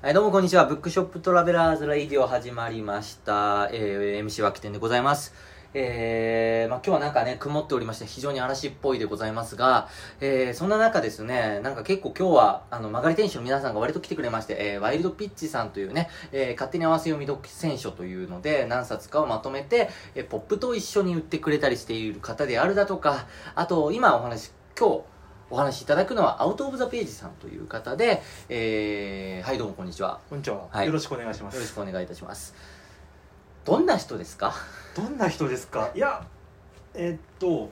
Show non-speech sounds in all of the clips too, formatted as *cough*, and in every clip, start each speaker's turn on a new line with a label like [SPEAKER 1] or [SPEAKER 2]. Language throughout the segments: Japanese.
[SPEAKER 1] はい、どうもこんにちは。ブックショップトラベラーズライディオ始まりました。えー、MC は起点でございます。えー、まあ今日はなんかね、曇っておりまして、非常に嵐っぽいでございますが、えー、そんな中ですね、なんか結構今日は、あの、曲がり天使の皆さんが割と来てくれまして、えー、ワイルドピッチさんというね、えー、勝手に合わせ読み読選書というので、何冊かをまとめて、えーポップと一緒に売ってくれたりしている方であるだとか、あと、今お話、今日、お話しいただくのはアウト・オブ・ザ・ページさんという方で、えー、はいどうもこんにちは
[SPEAKER 2] こんにちは、
[SPEAKER 1] はい
[SPEAKER 2] よろしくお願いしま
[SPEAKER 1] よろし
[SPEAKER 2] す
[SPEAKER 1] くお願いいたしますどんな人ですか
[SPEAKER 2] どんな人ですかいやえっと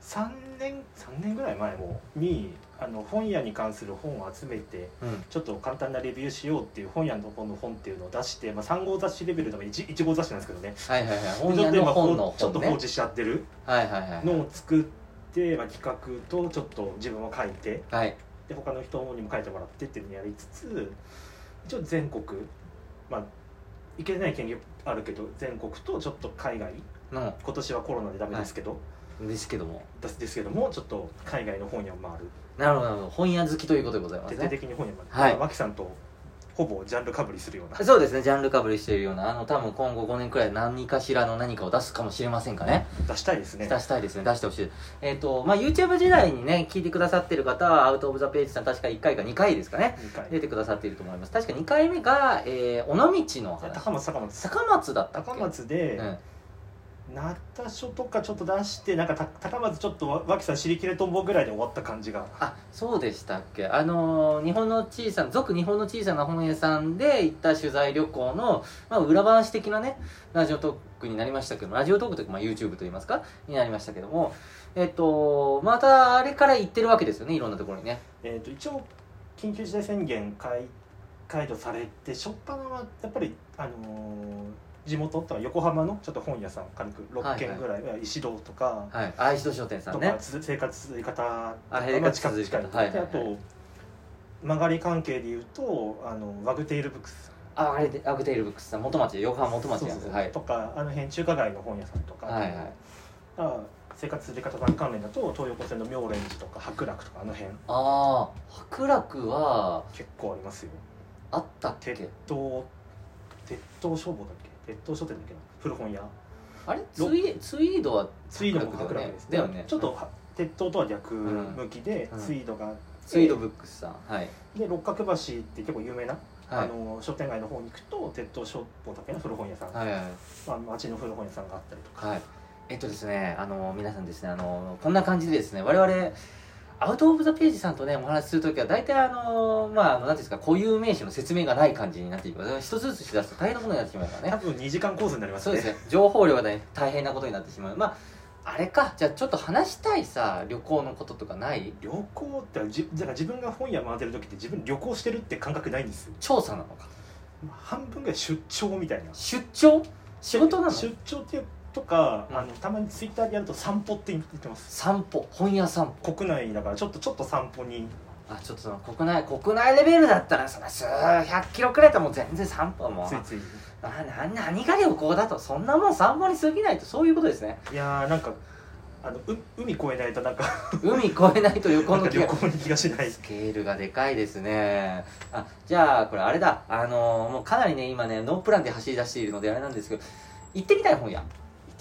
[SPEAKER 2] 3年3年ぐらい前もにあの本屋に関する本を集めて
[SPEAKER 1] うん
[SPEAKER 2] ちょっと簡単なレビューしようっていう本屋の本の本っていうのを出して、まあ、3号雑誌レベルの 1, 1号雑誌なんですけどね
[SPEAKER 1] はいはいはい本
[SPEAKER 2] ちょ
[SPEAKER 1] 屋
[SPEAKER 2] っと今
[SPEAKER 1] の本の
[SPEAKER 2] ちょ
[SPEAKER 1] 本
[SPEAKER 2] っと放
[SPEAKER 1] ね
[SPEAKER 2] 置しちゃってる
[SPEAKER 1] はいはいはい
[SPEAKER 2] のを作って、まあ、企画とちょっと自分も書いて
[SPEAKER 1] はい
[SPEAKER 2] で他の人にも書いてもらってっていうのをやりつつ一応全国まあ行けない県あるけど全国とちょっと海外
[SPEAKER 1] の
[SPEAKER 2] 今年はコロナでダメですけど、
[SPEAKER 1] ですけども
[SPEAKER 2] ですですけどもちょっと海外の本屋を回る
[SPEAKER 1] なるほどなるほど本屋好きということでございます
[SPEAKER 2] 徹底
[SPEAKER 1] ね
[SPEAKER 2] 的に本屋を回る、
[SPEAKER 1] はい
[SPEAKER 2] まあマキさんとほぼジャンルかぶりするような
[SPEAKER 1] そうですねジャンルかぶりしているようなあの多分今後5年くらい何かしらの何かを出すかもしれませんかね
[SPEAKER 2] 出したいですね
[SPEAKER 1] 出したいですね出してほしいえっ、とまあ YouTube 時代にね聞いてくださってる方はアウト・オブ・ザ・ページさん確か1回か2回ですかね
[SPEAKER 2] 二回
[SPEAKER 1] 出てくださっていると思います確か2回目が、えー、尾道の話
[SPEAKER 2] 高松高松
[SPEAKER 1] 高松だったっけ
[SPEAKER 2] 高松で
[SPEAKER 1] うん、
[SPEAKER 2] なった書とかちょっと出してなんかた高松ちょっとわ脇さん尻切れとんぼぐらいで終わった感じが
[SPEAKER 1] あそうでしたっけあのー日本の小さな俗日本の小さな本屋さんで行った取材旅行の、まあ、裏話的なねラジオトークになりましたけどもラジオトークというか、まあ、YouTube といいますかになりましたけどもえっとまたあれから行ってるわけですよねいろんなところにね
[SPEAKER 2] えー、と一応緊急事態宣言解解除されて初っ端はやっぱり、あのー地元とか横浜のちょっと本屋さん軽く6軒ぐらい、石堂とか
[SPEAKER 1] はい愛知と商店さ
[SPEAKER 2] と
[SPEAKER 1] ん
[SPEAKER 2] か
[SPEAKER 1] ね
[SPEAKER 2] つ生活続き方
[SPEAKER 1] あ
[SPEAKER 2] とか
[SPEAKER 1] 生
[SPEAKER 2] まあ
[SPEAKER 1] 活
[SPEAKER 2] 近
[SPEAKER 1] 続
[SPEAKER 2] く
[SPEAKER 1] き
[SPEAKER 2] 近
[SPEAKER 1] 方
[SPEAKER 2] い
[SPEAKER 1] はい
[SPEAKER 2] で
[SPEAKER 1] はいは
[SPEAKER 2] あ
[SPEAKER 1] い
[SPEAKER 2] と曲がり関係でいうとあのワグテールブックス
[SPEAKER 1] ああれでアグテイルブックスさん元町横浜元町
[SPEAKER 2] そう
[SPEAKER 1] や
[SPEAKER 2] そ
[SPEAKER 1] ん
[SPEAKER 2] うそう
[SPEAKER 1] はい
[SPEAKER 2] とかあの辺中華街の本屋さんとか、
[SPEAKER 1] はいはい
[SPEAKER 2] あ生活続き方関連だと東横線の妙蓮寺とか白楽とかあの辺
[SPEAKER 1] ああ白楽は
[SPEAKER 2] 結構ありますよ
[SPEAKER 1] あったっけ
[SPEAKER 2] 鉄塔鉄塔消防だっけ鉄塔書店だっけな古本屋
[SPEAKER 1] あれツイツイードは
[SPEAKER 2] ツイードも白楽です
[SPEAKER 1] だよね
[SPEAKER 2] ちょっとは鉄塔とは逆向きで、
[SPEAKER 1] うん
[SPEAKER 2] ツイードがあって
[SPEAKER 1] ツイードブックスさんはい
[SPEAKER 2] で六角橋って結構有名な
[SPEAKER 1] は
[SPEAKER 2] あ
[SPEAKER 1] い
[SPEAKER 2] の商店街の方に行くと鉄塔消防だけの古本屋さん、
[SPEAKER 1] はいはいはい
[SPEAKER 2] まあ、町の古本屋さんがあったりとか、
[SPEAKER 1] はい、えっとですねあの皆さんですねあのこんな感じでですね我々アウト・オブ・ザ・ページさんとねお話しするときは大体あのまああの何ていうんですか固有名詞の説明がない感じになっていく一つずつしだすと大変なことになってしまうから
[SPEAKER 2] 多
[SPEAKER 1] ね
[SPEAKER 2] 分2時間コースになります
[SPEAKER 1] そうですね情報量がね大変なことになってしまうまああれかじゃあちょっと話したいさ旅行のこととかない
[SPEAKER 2] 旅行ってじだから自分が本屋回ってる時って自分旅行してるって感覚ないんですよ
[SPEAKER 1] 調査なのか
[SPEAKER 2] まあ半分ぐらい出張みたいな
[SPEAKER 1] 出張仕事なの
[SPEAKER 2] 出張っていうとか、
[SPEAKER 1] うん
[SPEAKER 2] あのたまにツイッターでやると散歩って言ってます
[SPEAKER 1] 散歩本屋散歩
[SPEAKER 2] 国内だからちょっとちょっと散歩に
[SPEAKER 1] あちょっとその国内国内レベルだったらその数百キロくらいだったらもう全然散歩はもう
[SPEAKER 2] ついつい
[SPEAKER 1] なな何が旅行だとそんなもん散歩に過ぎないとそういうことです *laughs* ね
[SPEAKER 2] いやーなんかあのう海越えないとなんか
[SPEAKER 1] 海越えないと旅行
[SPEAKER 2] な
[SPEAKER 1] の
[SPEAKER 2] んか
[SPEAKER 1] 気
[SPEAKER 2] 旅
[SPEAKER 1] が
[SPEAKER 2] 行に気がしない
[SPEAKER 1] スケールがでかいですねあじゃあこれあれだあのーもうかなりね今ねノープランで走り出しているのであれなんですけど行ってみたい本屋
[SPEAKER 2] 行っ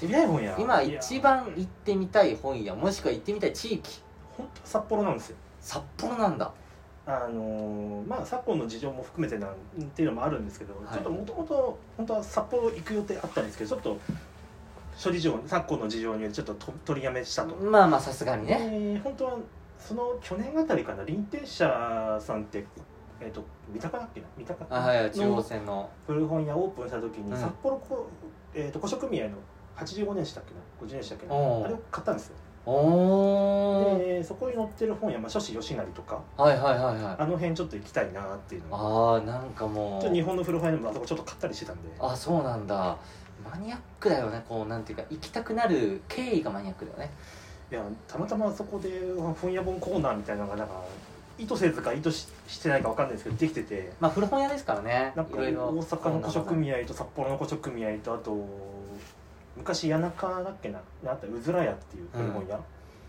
[SPEAKER 2] てみたい本屋
[SPEAKER 1] 今
[SPEAKER 2] いや
[SPEAKER 1] 一番行ってみたい本屋もしくは行ってみたい地域
[SPEAKER 2] 本当は札幌なんですよ
[SPEAKER 1] 札幌なんだ
[SPEAKER 2] あのーまあ昨今の事情も含めてなんっていうのもあるんですけど、
[SPEAKER 1] い
[SPEAKER 2] ちょっともともと本当は札幌行く予定あったんですけどちょっと処理上昨今の事情によりちょっとと取りやめしたと、
[SPEAKER 1] まあまあさすがに
[SPEAKER 2] え
[SPEAKER 1] ね
[SPEAKER 2] ー本当はその去年あたりかな臨停車さんってえっ、と三鷹だっけな三鷹
[SPEAKER 1] あはい中央
[SPEAKER 2] の
[SPEAKER 1] 線の
[SPEAKER 2] 古本屋オープンした時に
[SPEAKER 1] うん
[SPEAKER 2] 札幌こ、えー、と古書組合の85年したっけな50年したっけな
[SPEAKER 1] おー
[SPEAKER 2] あれを買ったんですよ
[SPEAKER 1] おー
[SPEAKER 2] でそこに載ってる本屋、まあ、諸子吉成とか
[SPEAKER 1] はいはいはいはい
[SPEAKER 2] あの辺ちょっと行きたいなっていうのが
[SPEAKER 1] ああなんかも
[SPEAKER 2] ちょっと
[SPEAKER 1] う
[SPEAKER 2] 日本の古本屋でもあそこちょっと買ったりしてたんで
[SPEAKER 1] あそうなんだマニアックだよねこうなんていうか行きたくなる経緯がマニアックだよね
[SPEAKER 2] いやたまたまあそこで本屋本コーナーみたいなのがなんか意図せずか意図ししてないかわかんないですけどできてて
[SPEAKER 1] まあ古本屋ですからね
[SPEAKER 2] なんか
[SPEAKER 1] いろいろ
[SPEAKER 2] 大阪の古書組合と札幌の古書組合とあと昔谷中だっけなあったうずら屋っていう古本屋、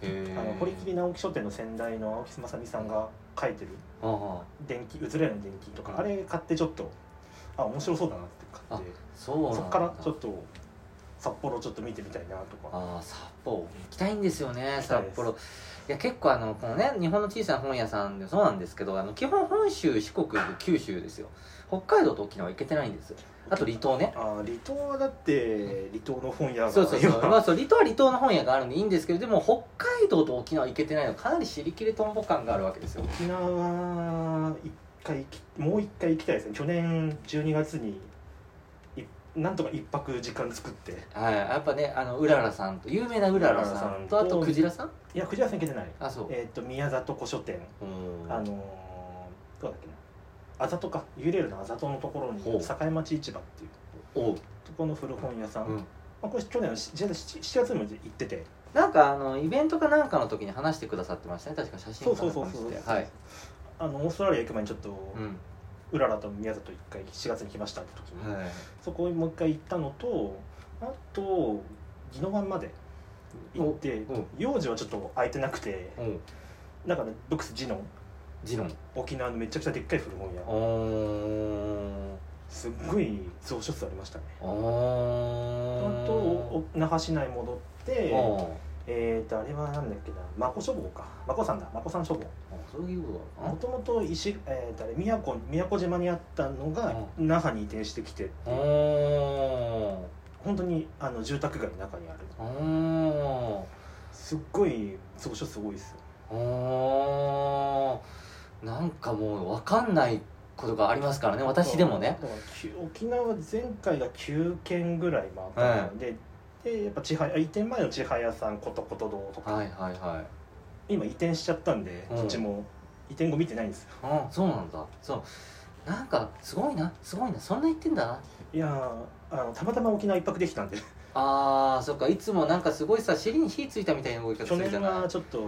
[SPEAKER 1] へー
[SPEAKER 2] あの堀切直樹書店の先代の青木正美さんが書いてる
[SPEAKER 1] ああ
[SPEAKER 2] 電気うずら屋の電気とか、
[SPEAKER 1] うん
[SPEAKER 2] あれ買ってちょっとあ面白そうだなって買って
[SPEAKER 1] そうなん
[SPEAKER 2] そ
[SPEAKER 1] だ
[SPEAKER 2] こからちょっと札幌ちょっと見てみたいなとか
[SPEAKER 1] ああ札幌行きたいんですよね
[SPEAKER 2] 行きた
[SPEAKER 1] 札
[SPEAKER 2] いです
[SPEAKER 1] 幌いや結構あのこのね日本の小さな本屋さんでそうなんですけどあの基本本州四国九州ですよ北海道と沖縄行けてないんですあと離島ね
[SPEAKER 2] あー離島はだって離島の本屋が
[SPEAKER 1] そうそうそう,、
[SPEAKER 2] 今
[SPEAKER 1] まあ、そう離島は離島の本屋があるんでいいんですけどでも北海道と沖縄行けてないのかなり尻切れとんぼ感があるわけですよ
[SPEAKER 2] 沖縄一回行きもう一回行きたいですね去年12月にいなんとか一泊時間作って
[SPEAKER 1] はいやっぱねあのうららさんと有名なうららさんとあとクジラさん
[SPEAKER 2] いやクジラさん行けてない
[SPEAKER 1] あそう
[SPEAKER 2] えっ、と宮里古書店
[SPEAKER 1] うん
[SPEAKER 2] あのー、どうだっけなあざとか幽霊のあざとのところに
[SPEAKER 1] ほう
[SPEAKER 2] 栄町市場っていう
[SPEAKER 1] おう、
[SPEAKER 2] とこの古本屋さん、
[SPEAKER 1] う
[SPEAKER 2] ま
[SPEAKER 1] ん、
[SPEAKER 2] あ、これ去年のし実は 7, 7月にも行ってて
[SPEAKER 1] なんかあのイベントかなんかの時に話してくださってましたね確か写真かなんか見せ
[SPEAKER 2] そうそうそう
[SPEAKER 1] て
[SPEAKER 2] そう
[SPEAKER 1] はい、
[SPEAKER 2] あのオーストラリア行く前にちょっと、
[SPEAKER 1] うん
[SPEAKER 2] うららと宮里一回7月に来ましたって時に、
[SPEAKER 1] はい、
[SPEAKER 2] そこにもう一回行ったのとあと宜野湾まで行って
[SPEAKER 1] おお
[SPEAKER 2] 幼児はちょっと空いてなくて
[SPEAKER 1] おう
[SPEAKER 2] だからブックスジノン
[SPEAKER 1] ジノン
[SPEAKER 2] 沖縄のめちゃくちゃでっかい古本屋
[SPEAKER 1] お
[SPEAKER 2] すっごい蔵書数ありましたね
[SPEAKER 1] ーお
[SPEAKER 2] あと
[SPEAKER 1] お
[SPEAKER 2] お那覇市内戻って
[SPEAKER 1] お
[SPEAKER 2] えーとあれはなんだっけな眞子書房か眞子さんだ眞子さん書房
[SPEAKER 1] そういうこ
[SPEAKER 2] もともと石、えー、とあれ宮古宮古島にあったのが那覇に移転してきてって
[SPEAKER 1] とな
[SPEAKER 2] いう
[SPEAKER 1] お
[SPEAKER 2] 本当にあの住宅街の中にある
[SPEAKER 1] ーお
[SPEAKER 2] すっごい蔵書すごいですよ
[SPEAKER 1] ーおーなんかもう分かんないことがありますからね私でもね
[SPEAKER 2] だからきゅ沖縄前回が9軒ぐらい回ったので、でやっぱ千早移転前の千早さんことこと堂とか、
[SPEAKER 1] はいはいはい
[SPEAKER 2] 今移転しちゃったんで
[SPEAKER 1] うん
[SPEAKER 2] どっちも移転後見てないんですよ
[SPEAKER 1] あそうなんだそうなんかすごいなすごいなそんな言ってんだない
[SPEAKER 2] やーあのたまたま沖縄一泊できたんで
[SPEAKER 1] あーそっかいつもなんかすごいさ尻に火ついたみたいな動き方す
[SPEAKER 2] 去
[SPEAKER 1] るじゃ
[SPEAKER 2] 年
[SPEAKER 1] ない
[SPEAKER 2] はちょっと、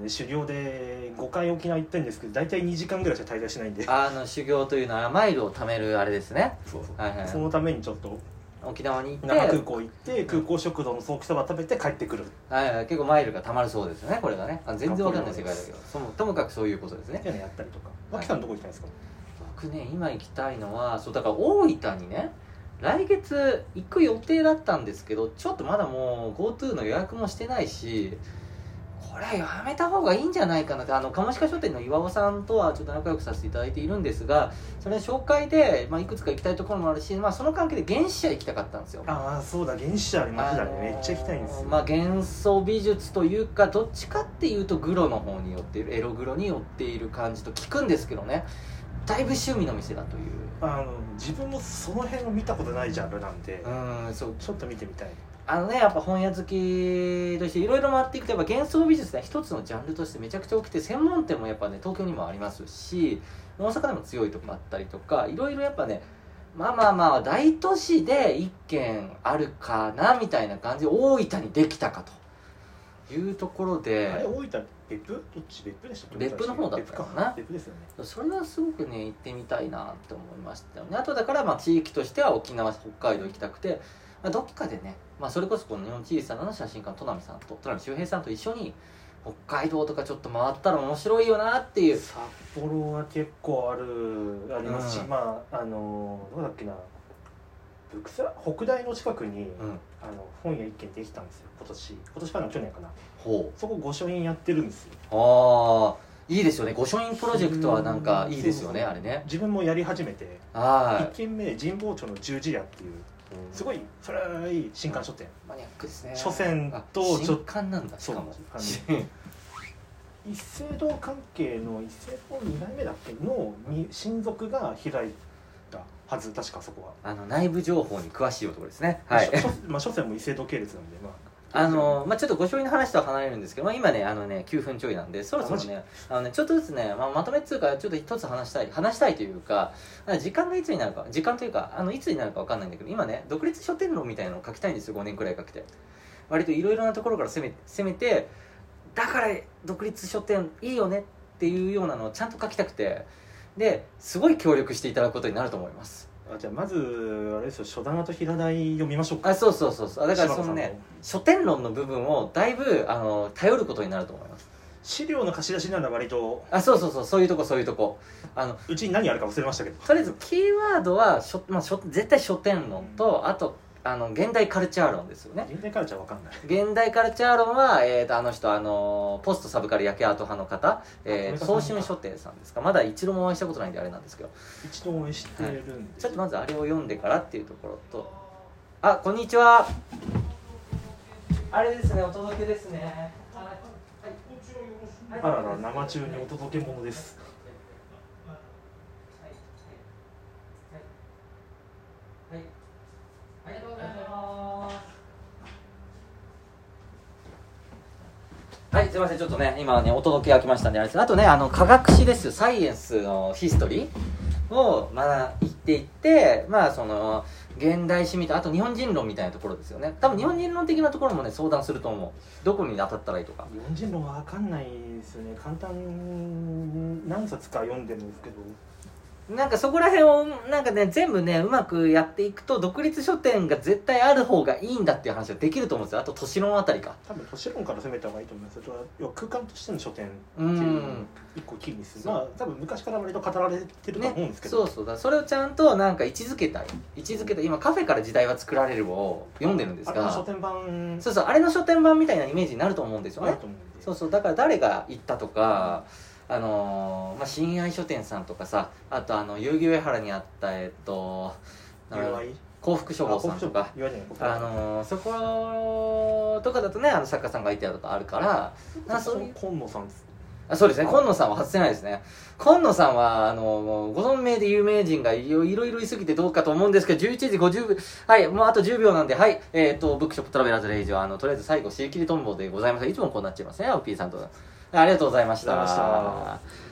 [SPEAKER 2] ね、修行で5回沖縄行ったんですけど大体2時間ぐらいしか滞在しないんで
[SPEAKER 1] あの修行というのはマイルを貯めるあれですね
[SPEAKER 2] そうそう
[SPEAKER 1] はいはいはい
[SPEAKER 2] *laughs* そのためにちょっと
[SPEAKER 1] 沖縄に行って
[SPEAKER 2] 那覇空港行って空港食堂のソーキそば食べて帰ってくる
[SPEAKER 1] はいはい、結構マイルがたまるそうですねこれがねあ全然わかんない世界だけ
[SPEAKER 2] かっこいい
[SPEAKER 1] どそもともかくそういうことですね
[SPEAKER 2] っていうのやったりとか脇さんどこ行きたいんですか、
[SPEAKER 1] 僕ね今行きたいのはそうだから大分にね来月行く予定だったんですけどちょっとまだもう GoTo の予約もしてないしこれはやめた方がいいんじゃないかなってあの鴨鹿書店の岩尾さんとはちょっと仲良くさせていただいているんですがそれの紹介で、まあ、いくつか行きたいところもあるし、まあ、その関係で原始社行きたかったんですよ
[SPEAKER 2] ああそうだ原始ありましたね、めっちゃ行きたいんですよ、
[SPEAKER 1] まあ、幻想美術というかどっちかっていうとグロの方に寄っているエログロに寄っている感じと聞くんですけどねだいぶ趣味の店だという
[SPEAKER 2] あの自分もその辺を見たことないジャンルなんで、
[SPEAKER 1] うんそう
[SPEAKER 2] ちょっと見てみたい
[SPEAKER 1] あのねやっぱ本屋好きとしていろいろ回っていくとやっぱ幻想美術が一つのジャンルとしてめちゃくちゃ多くて専門店もやっぱね東京にもありますし大阪でも強いとこあったりとかいろいろやっぱねまあまあまあ大都市で一軒あるかなみたいな感じで大分にできたかというところで
[SPEAKER 2] あれ大分別府どっち別府でしたっけ
[SPEAKER 1] 別府の方だった
[SPEAKER 2] 別
[SPEAKER 1] か
[SPEAKER 2] 府
[SPEAKER 1] な
[SPEAKER 2] か別府ですよね
[SPEAKER 1] それはすごくね行ってみたいなって思いましたよねあとだからまあ地域としては沖縄北海道行きたくて、まあ、どっかでね、まあ、それこそこの日本小さなの写真家の戸波さんと戸波周平さんと一緒に北海道とかちょっと回ったら面白いよなっていう
[SPEAKER 2] 札幌は結構あるありますし、
[SPEAKER 1] うん
[SPEAKER 2] まああのどうだっけなブクサ北大の近くに、
[SPEAKER 1] うん
[SPEAKER 2] あの本屋一軒できたんですよ今年今年かな去年かな
[SPEAKER 1] ほ
[SPEAKER 2] そこ御書院やってるんですよ
[SPEAKER 1] うああいいですよね御書院プロジェクトはなんかいいですよね
[SPEAKER 2] うん
[SPEAKER 1] あれね
[SPEAKER 2] 自分もやり始めて
[SPEAKER 1] は
[SPEAKER 2] 1軒目神保町の十字屋っていう
[SPEAKER 1] い、うん
[SPEAKER 2] すごい古い新刊書店
[SPEAKER 1] マニアックですね
[SPEAKER 2] 書店
[SPEAKER 1] あ
[SPEAKER 2] とちょ
[SPEAKER 1] 新刊なんだしかも
[SPEAKER 2] そう一斉堂関係の一斉堂2代目だっけのに親族が開いたはず確かそこ
[SPEAKER 1] *laughs* あの内部情報に詳しい男ですね
[SPEAKER 2] は、
[SPEAKER 1] はい
[SPEAKER 2] まあ、書まあ書店も一斉堂系列なんでまあ
[SPEAKER 1] あのまあ、ちょっとご承認の話とは離れるんですけど、まあ、今ねあのね9分ちょいなんでそろそろねあのねちょっとずつね、まあ、まとめっつうかちょっと一つ話したい話したいというかあ時間がいつになるか時間というかあのいつになるかわかんないんだけど今ね独立書店論みたいなのを書きたいんですよ5年くらいかけて割といろいろなところから攻め攻めてだから独立書店いいよねっていうようなのをちゃんと書きたくてですごい協力していただくことになると思います
[SPEAKER 2] あじゃあまずあれですよ書棚と平台読みましょうか
[SPEAKER 1] あそうそうそうそうだから
[SPEAKER 2] 柴
[SPEAKER 1] そ
[SPEAKER 2] 田さ
[SPEAKER 1] の
[SPEAKER 2] ん
[SPEAKER 1] ね書店論の部分をだいぶあの頼ることになると思います
[SPEAKER 2] 資料の貸し出しなら割と
[SPEAKER 1] あそうそうそうそういうとこそういうとこあの
[SPEAKER 2] うちに何あるか忘れましたけど
[SPEAKER 1] とりあえずキーワードは書、まあ、書絶対書店論と、あとあの現代カルチャー論ですよね
[SPEAKER 2] 現代カルチャーわかんない
[SPEAKER 1] 現代カルチャー論は、えー、とあの人あのポストサブカル焼けアート派の方えー
[SPEAKER 2] こ
[SPEAKER 1] 総
[SPEAKER 2] れがさ
[SPEAKER 1] 春書
[SPEAKER 2] んか
[SPEAKER 1] 店さんですかまだ一度もお会いしたことないんであれなんですけど
[SPEAKER 2] 一度応援してるんで、
[SPEAKER 1] ちょっとまずあれを読んでからっていうところとあこんにちはあれですねお届けですね
[SPEAKER 2] あらら生中にお届け物です
[SPEAKER 1] はいありがとうございます。はい、すみません、ちょっとね、今ね、お届けが来ましたんで、あれですあとね、あの、科学史ですよ、サイエンスのヒストリーを学んでいって、まあ、その、現代史みたいな、あと日本人論みたいなところですよね。多分日本人論的なところもね、相談すると思う。どこに当たったらいいとか。
[SPEAKER 2] 日本人論わかんないですよね簡単に何冊か読んでるんですけど
[SPEAKER 1] なんかそこら辺を、なんかね、全部ね、うまくやっていくと、独立書店が絶対ある方がいいんだっていう話はできると思うんですよ。あと、都市論あたりか。
[SPEAKER 2] 多分都市論から攻めた方がいいと思いますそれは要は空間としての書店って
[SPEAKER 1] う
[SPEAKER 2] いうのを
[SPEAKER 1] ん。
[SPEAKER 2] 一個キーにする、
[SPEAKER 1] そう
[SPEAKER 2] まあ多分昔から割と語られてると
[SPEAKER 1] ね
[SPEAKER 2] 思うんですけど、
[SPEAKER 1] そうそうだそれをちゃんとなんか位置づけたい位置づけたい今「カフェから時代は作られる」を読んでるんです
[SPEAKER 2] あれの書
[SPEAKER 1] が
[SPEAKER 2] 店版
[SPEAKER 1] そうそうあれの書店版みたいなイメージになると思うんですよ
[SPEAKER 2] ある
[SPEAKER 1] ね
[SPEAKER 2] と思うんで
[SPEAKER 1] そうそうだから誰が行ったとかあのーまあ親愛書店さんとかさあとあの代々木上原にあったえっとなんだろう
[SPEAKER 2] 弱い
[SPEAKER 1] 幸福書房さんとか
[SPEAKER 2] 言わないこと
[SPEAKER 1] あのーそことかだとねあの作家さんがいてたとかあるからあそういう
[SPEAKER 2] 今野さんです
[SPEAKER 1] あそうですね今野さんは外せないですね今野さんはあのもうご存命で有名人がいろいろいろいすぎてどうかと思うんですけど11時50分はいもうあと10秒なんではいえっ、とブックショップトラベラーズレイジはあのとりあえず最後尻切りとんぼでございますいつもこうなっちゃいますねアオピーさんとありがとうございました
[SPEAKER 2] ありがとうございま